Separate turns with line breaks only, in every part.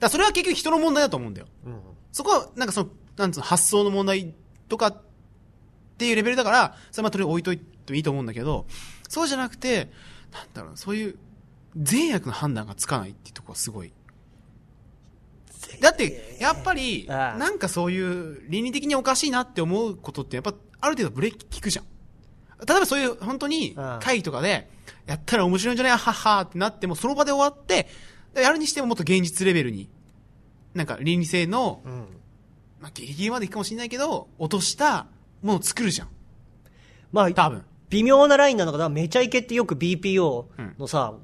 らそれは結局人の問題だと思うんだよ。
うん
そこは、なんかその、なんつうの、発想の問題とかっていうレベルだから、それはまあとりあえず置いといてもいいと思うんだけど、そうじゃなくて、なんだろうな、そういう善悪の判断がつかないっていうところはすごい。だって、やっぱり、
ああ
なんかそういう倫理的におかしいなって思うことって、やっぱある程度ブレーキ効くじゃん。例えばそういう本当に
ああ
会議とかで、やったら面白いんじゃないはっはーってなっても、その場で終わって、やるにしてももっと現実レベルに、なんか倫理性の
うん
まあ、ギリギリまでいくかもしれないけど、落としたものを作るじゃん。
まあ
多分。
微妙なラインなのかなめちゃイケってよく BPO のさ、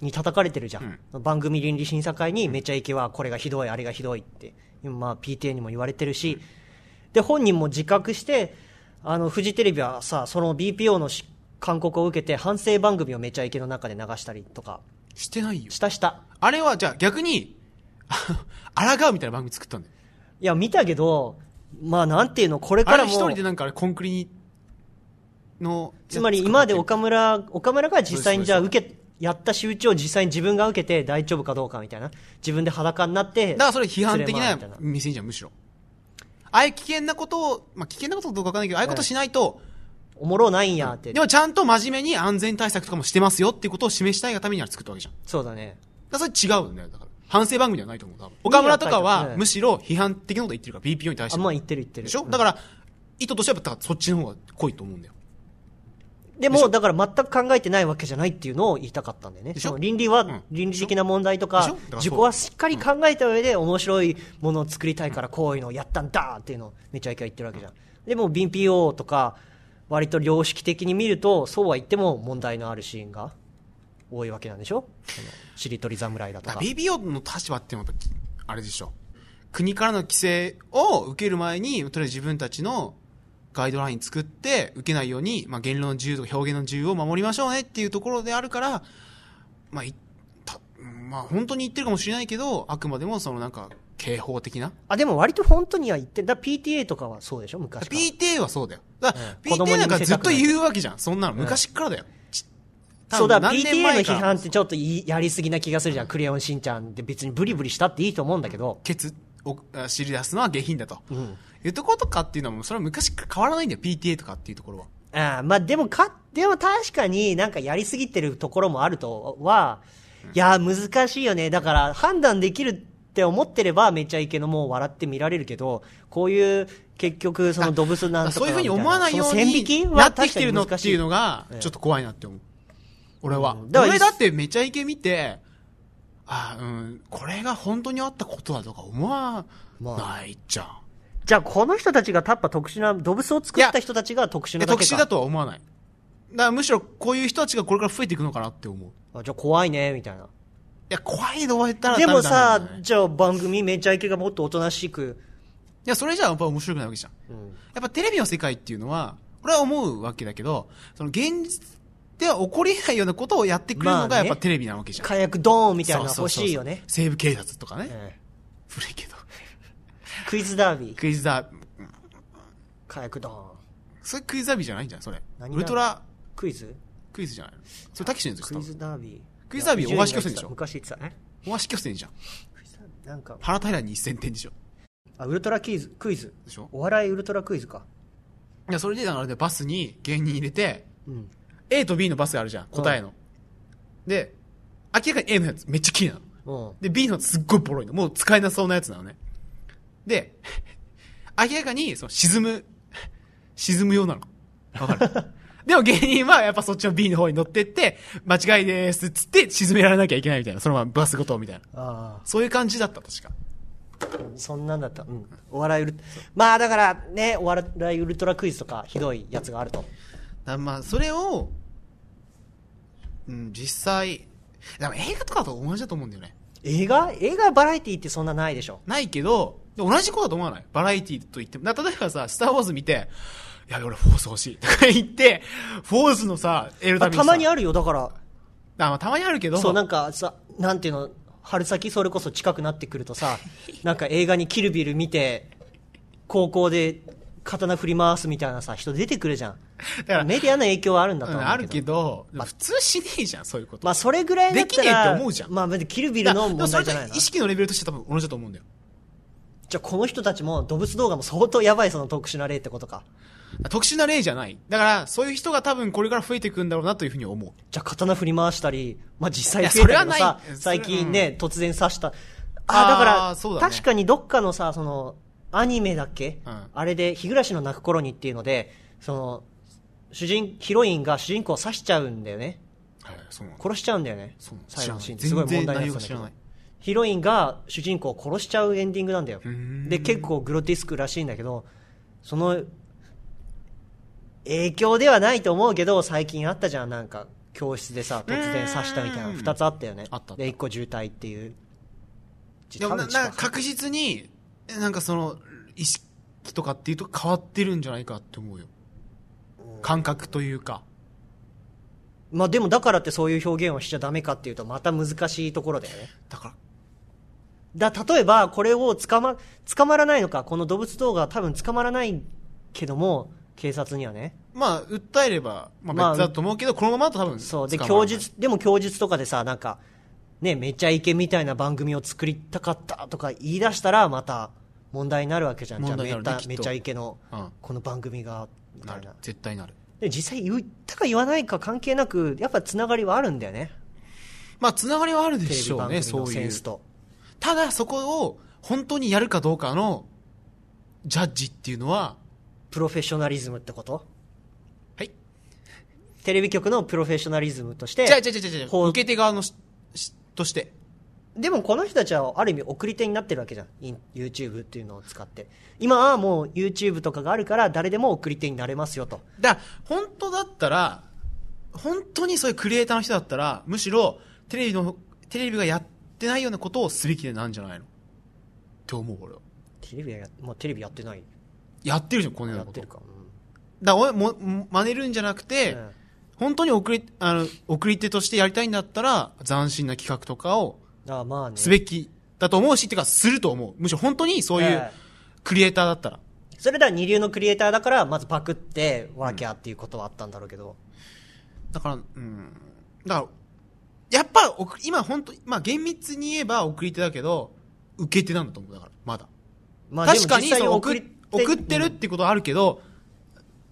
に叩かれてるじゃん、番組倫理審査会にめちゃイケはこれがひどいあれがひどいって今まあ PTA にも言われてるし、で本人も自覚してあのフジテレビはさその BPO のし勧告を受けて反省番組をめちゃイケの中で流したりとか
してないよ。
したした
あれは、じゃあ逆に、 あ抗うみたいな番組作ったんだよ。
いや見たけどまあなんていうのこれか
あれ
ら
一
も
人でなんかあれコンクリの、
つまり今まで
お
岡村、岡村が実際にじゃあ受け、やった仕打ちを実際に自分が受けて大丈夫かどうかみたいな。自分で裸になって。
だからそれ批判的
連れ回
な
るみたいな
見せんじゃん、むしろ。ああいう危険なことを、まあ、危険なことかどうかわかんないけど、ああいうことしないと、
おもろないんやって
で。もちゃんと真面目に安全対策とかもしてますよっていうことを示したいがためには作ったわけじゃん。
そうだね。
だからそれ違うんだよ、だから。反省番組ではないと思う、多分。岡村とか
いい
は
よ、
むしろ批判的なこと言ってるから、BPO に対して
あん
も。
ま言ってる言ってる。
でしょ、だから、意図としては、だからそっちの方が濃いと思うんだよ。
でも、だから全く考えてないわけじゃないっていうのを言いたかったんだよね。
でしょ
その倫理
うん
は、倫理的な問題と
でしょ
か
だか、らそう
自己はしっかり考えた上で面白いものを作りたいからこういうのをやったんだっていうのをめちゃイケは言ってるわけじゃん。でも、BPO とか、割と良識的に見ると、そうは言っても問題のあるシーンが多いわけなんでしょそのしりとり侍だと
だ
か
から。BPO の立場っていうのはやっぱ、あれでしょ。国からの規制を受ける前に、とりあえず自分たちのガイドライン作って、受けないように、まあ、言論の自由とか表現の自由を守りましょうねっていうところであるから、まあ、いたまあ、本当に言ってるかもしれないけど、あくまでもそのなんか、警報的な。
あ、でも割と本当には言って、だから PTA とかはそうでしょ昔から。
PTA はそうだよ。だか
うん
ら、
子供に
PTA なんか
見せ
ずった
く
と
ない
言うわけじゃん。そんなの昔からだよ。ち
そうだ、
多分何
PTA
年
の
前
批
から
判ってちょっといやりすぎな気がするじゃん。クレヨンしんちゃんって別にブリブリしたっていいと思うんだけど。
ケツをあ知り出すのは下品だと。
ん
いうところとかっていうのはもうそれは昔から変わらないんだよ、PTA とかっていうところは。
ああまあでもか、でも確かになんかやりすぎてるところもあるとは、いや、難しいよね。だから判断できるって思ってればめちゃイケのもう笑って見られるけど、こういう結局そのドブスなんとか
そういうふうに思わないよう
その線引き
に
は
なってきてるのっ
確かに難
て
し
いうのが
ええ、
ちょっと怖いなって思う。俺は。
うんだから
俺だってめちゃイケ見て、ああうん、これが本当にあったことだとか思わないじゃん。
じゃあこの人たちがタッパ特殊な、ドブスを作った人たちが特殊
い
な
や
だけ
特
か。
殊だとは思わない。だからむしろこういう人たちがこれから増えていくのかなって思う。い
あじゃあ怖いね、みたいな。
や、怖いで終えたら
で
ダメ
もさ
だ、ね
じゃあ番組めちゃイケがもっとおとなしく、
いや、それじゃやっぱ面白くないわけじゃん。
うん
やっぱテレビの世界っていうのは、俺は思うわけだけど、その現実では起こりえないようなことをやってくれるの
まあ
がや
ね
っぱテレビなわけじゃん。
火薬ドーンみたいなの
そうそうそうそ
欲
う
しいよね。
西部警察とかね。
え
古いけど。
えクイズダービー、
クイズダー、
火薬ドーン。
それクイズダービーじゃないんじゃん、それ。
何だ
ウルトラ
クイズ
クイズじゃないのそれタキシンズです
ク
よ
イ、ズダービー。
クイズダービー
いや
大橋巨泉でしょ
昔言ってたね。
多分大橋巨泉じゃん。
クイズダービーなんか、
原平に1000点でしょ。
あ、ウルトラクイズ、クイズ。
でしょ
お笑いウルトラクイズか。
いや、それでだからね、バスに芸人入れて、
うん。
A と B のバスがあるじゃん、答えの。で、明らかに A のやつめっちゃ綺麗なの。
うん。
で、B のすっごいボロいの。もう使えなそうなやつなのね。で、 明らかに、その、沈む、沈むようなの。わかる でも芸人はやっぱそっちの B の方に乗ってって、間違いですっつって沈められなきゃいけないみたいな。そのままバスごとみたいな。
あ
そういう感じだった、確か。
あ、そんなんだった。うん。お笑いウル、まあだからね、お笑いウルトラクイズとかひどいやつがあると。
だまあ、それを、うん、実際、でも映画とかと同じだと思うんだよね。
映画映画バラエティってそんなないでしょ。
ないけど、で同じことだと思わないバラエティと言っても。な例えばさ、スターウォーズ見て、いや、俺フォース欲しい。とか言って、フォースのさ、得るた
あ
めに
たまに
あ
あるよ、だから。
まあ、たまにあるけど、
そう、なんかさ、なんていうの、春先それこそ近くなってくると さ、なんか映画にキ ルビル見て、高校で刀振り回すみたいなさ、人出てくるじゃん。
だから、
メディアの影響はあるんだと
う
思
んあ
うけ
る
ど。
けど、普通しねえじゃん、そういうこと。
まあ、それぐらいだったら。
できねえって思うじゃん
まあ、別にキルビ
だ
ル
から
の
で
問
もそれ
題
と
じゃないな。
意識のレベルとしては多分同じだと思うんだよ。
じゃあ、この人たちも動物動画も相当やばいその特殊な例ってことか。
特殊な例じゃない。だから、そういう人が多分これから増えていくんだろうなというふうに思う。
じゃあ、刀振り回したり、まあ、実
い
際
や
増えたりも
それは
さ
ない、
最近ね、突然刺した。
あー
あ、だから、
そうだね
確かにどっかのさ、その、アニメだっけ、
うん
あれで、日暮らしの泣く頃にっていうので、その、主人、ヒロインが主人公を刺しちゃうんだよね。
はい、そうなんだ。
殺しちゃうんだよね
そうなの。
最後のシーン。
知
す
ら
ご
ないい
問題になって
全然内容が
たんだ
知
け
ら
ど
ない
ヒロインが主人公を殺しちゃうエンディングなんだよ
ーん。
で、結構グロティスクらしいんだけど、その、影響ではないと思うけど、最近あったじゃん、なんか、教室でさ、突然刺したみたいな、
うん
二つあったよ
あ
ね。
ったあった
で、一個渋滞っていう。
でもな、
多分
なんか確実に、なんかその、意識とかっていうと変わってるんじゃないかって思うよ。感覚というか。
まあでも、だからってそういう表現をしちゃダメかっていうと、また難しいところだよね。
だから、
だ例えばこれを捕ま捕まらないのかこの動物動画は多分捕まらないけども警察にはね
まあ、訴えれば、ま
ま
あ
あ
別だと思うけど、このままだと多分、
そうで
捕まら
供
ない
述でも供述とかでさなんかねめちゃイケみたいな番組を作りたかったとか言い出したらまた問題になるわけじゃんじゃ
問
あ
題
め
になるね
た
きっと
めちゃイケの
うん
この番組がみた
ないる
な。
絶対なる。
で実際言ったか言わないか関係なくやっぱつながりはあるんだよね
まあ、つながりはあるで
テレ
し
ビ
ょう
番
ね、
組
そ
の
う
セ
い
ン
う
ス。と
ただ、そこを本当にやるかどうかの、ジャッジっていうのは、
プロフェッショナリズムってこと
はい。
テレビ局のプロフェッショナリズムとして
じゃあ、じゃあ、じゃあ、じゃあ、
ほう
受け手側のし、しとして。
でもこの人たちはある意味送り手になってるわけじゃんイン YouTube っていうのを使って今はもう YouTube とかがあるから誰でも送り手になれますよと
だから本当だったら、本当にそういうクリエイターの人だったら、むしろ、テレビの、テレビがやってないようなことをすべきなんじゃないのって思う、俺は。
テレビやもうテレビやってない
やってるじゃん、このよう
や
な
っ
こ
て
と。
る
だか
か、
ら、俺も、も真似るんじゃなく
う
て、
んうん
本当に送り、あの、送り手としてやりたいんだったら、斬新な企画とかを
ああまあね
すべきだと思うし、てか、すると思う。むしろ本当にそういう
ええ
クリエイターだったら。
それでは二流のクリエイターだからまずパクってワーキャーっていうことはあったんだろうけど、
だから、うん。だから、やっぱ送り、今本当、まあ厳密に言えば送り手だけど、受け手なんだと思う。だから、まだ。
まあ
確かに、
でも実
そ
際
の送り、
手
送ってるってことはあるけど、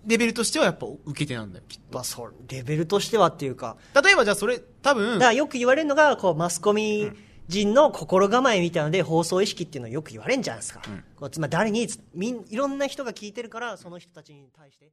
レベルとしてはやっぱ受け手なんだよ。きっ
まあそうレベルとしてはっていうか
と例えばじゃあそれ、多分
だか、らよく言われるのがこうマスコミ人の心構えみたいなので放送意識っていうのをよく言われるんじゃないですか、こうつまり誰につみんいろんな人が聞いてるからその人たちに対して。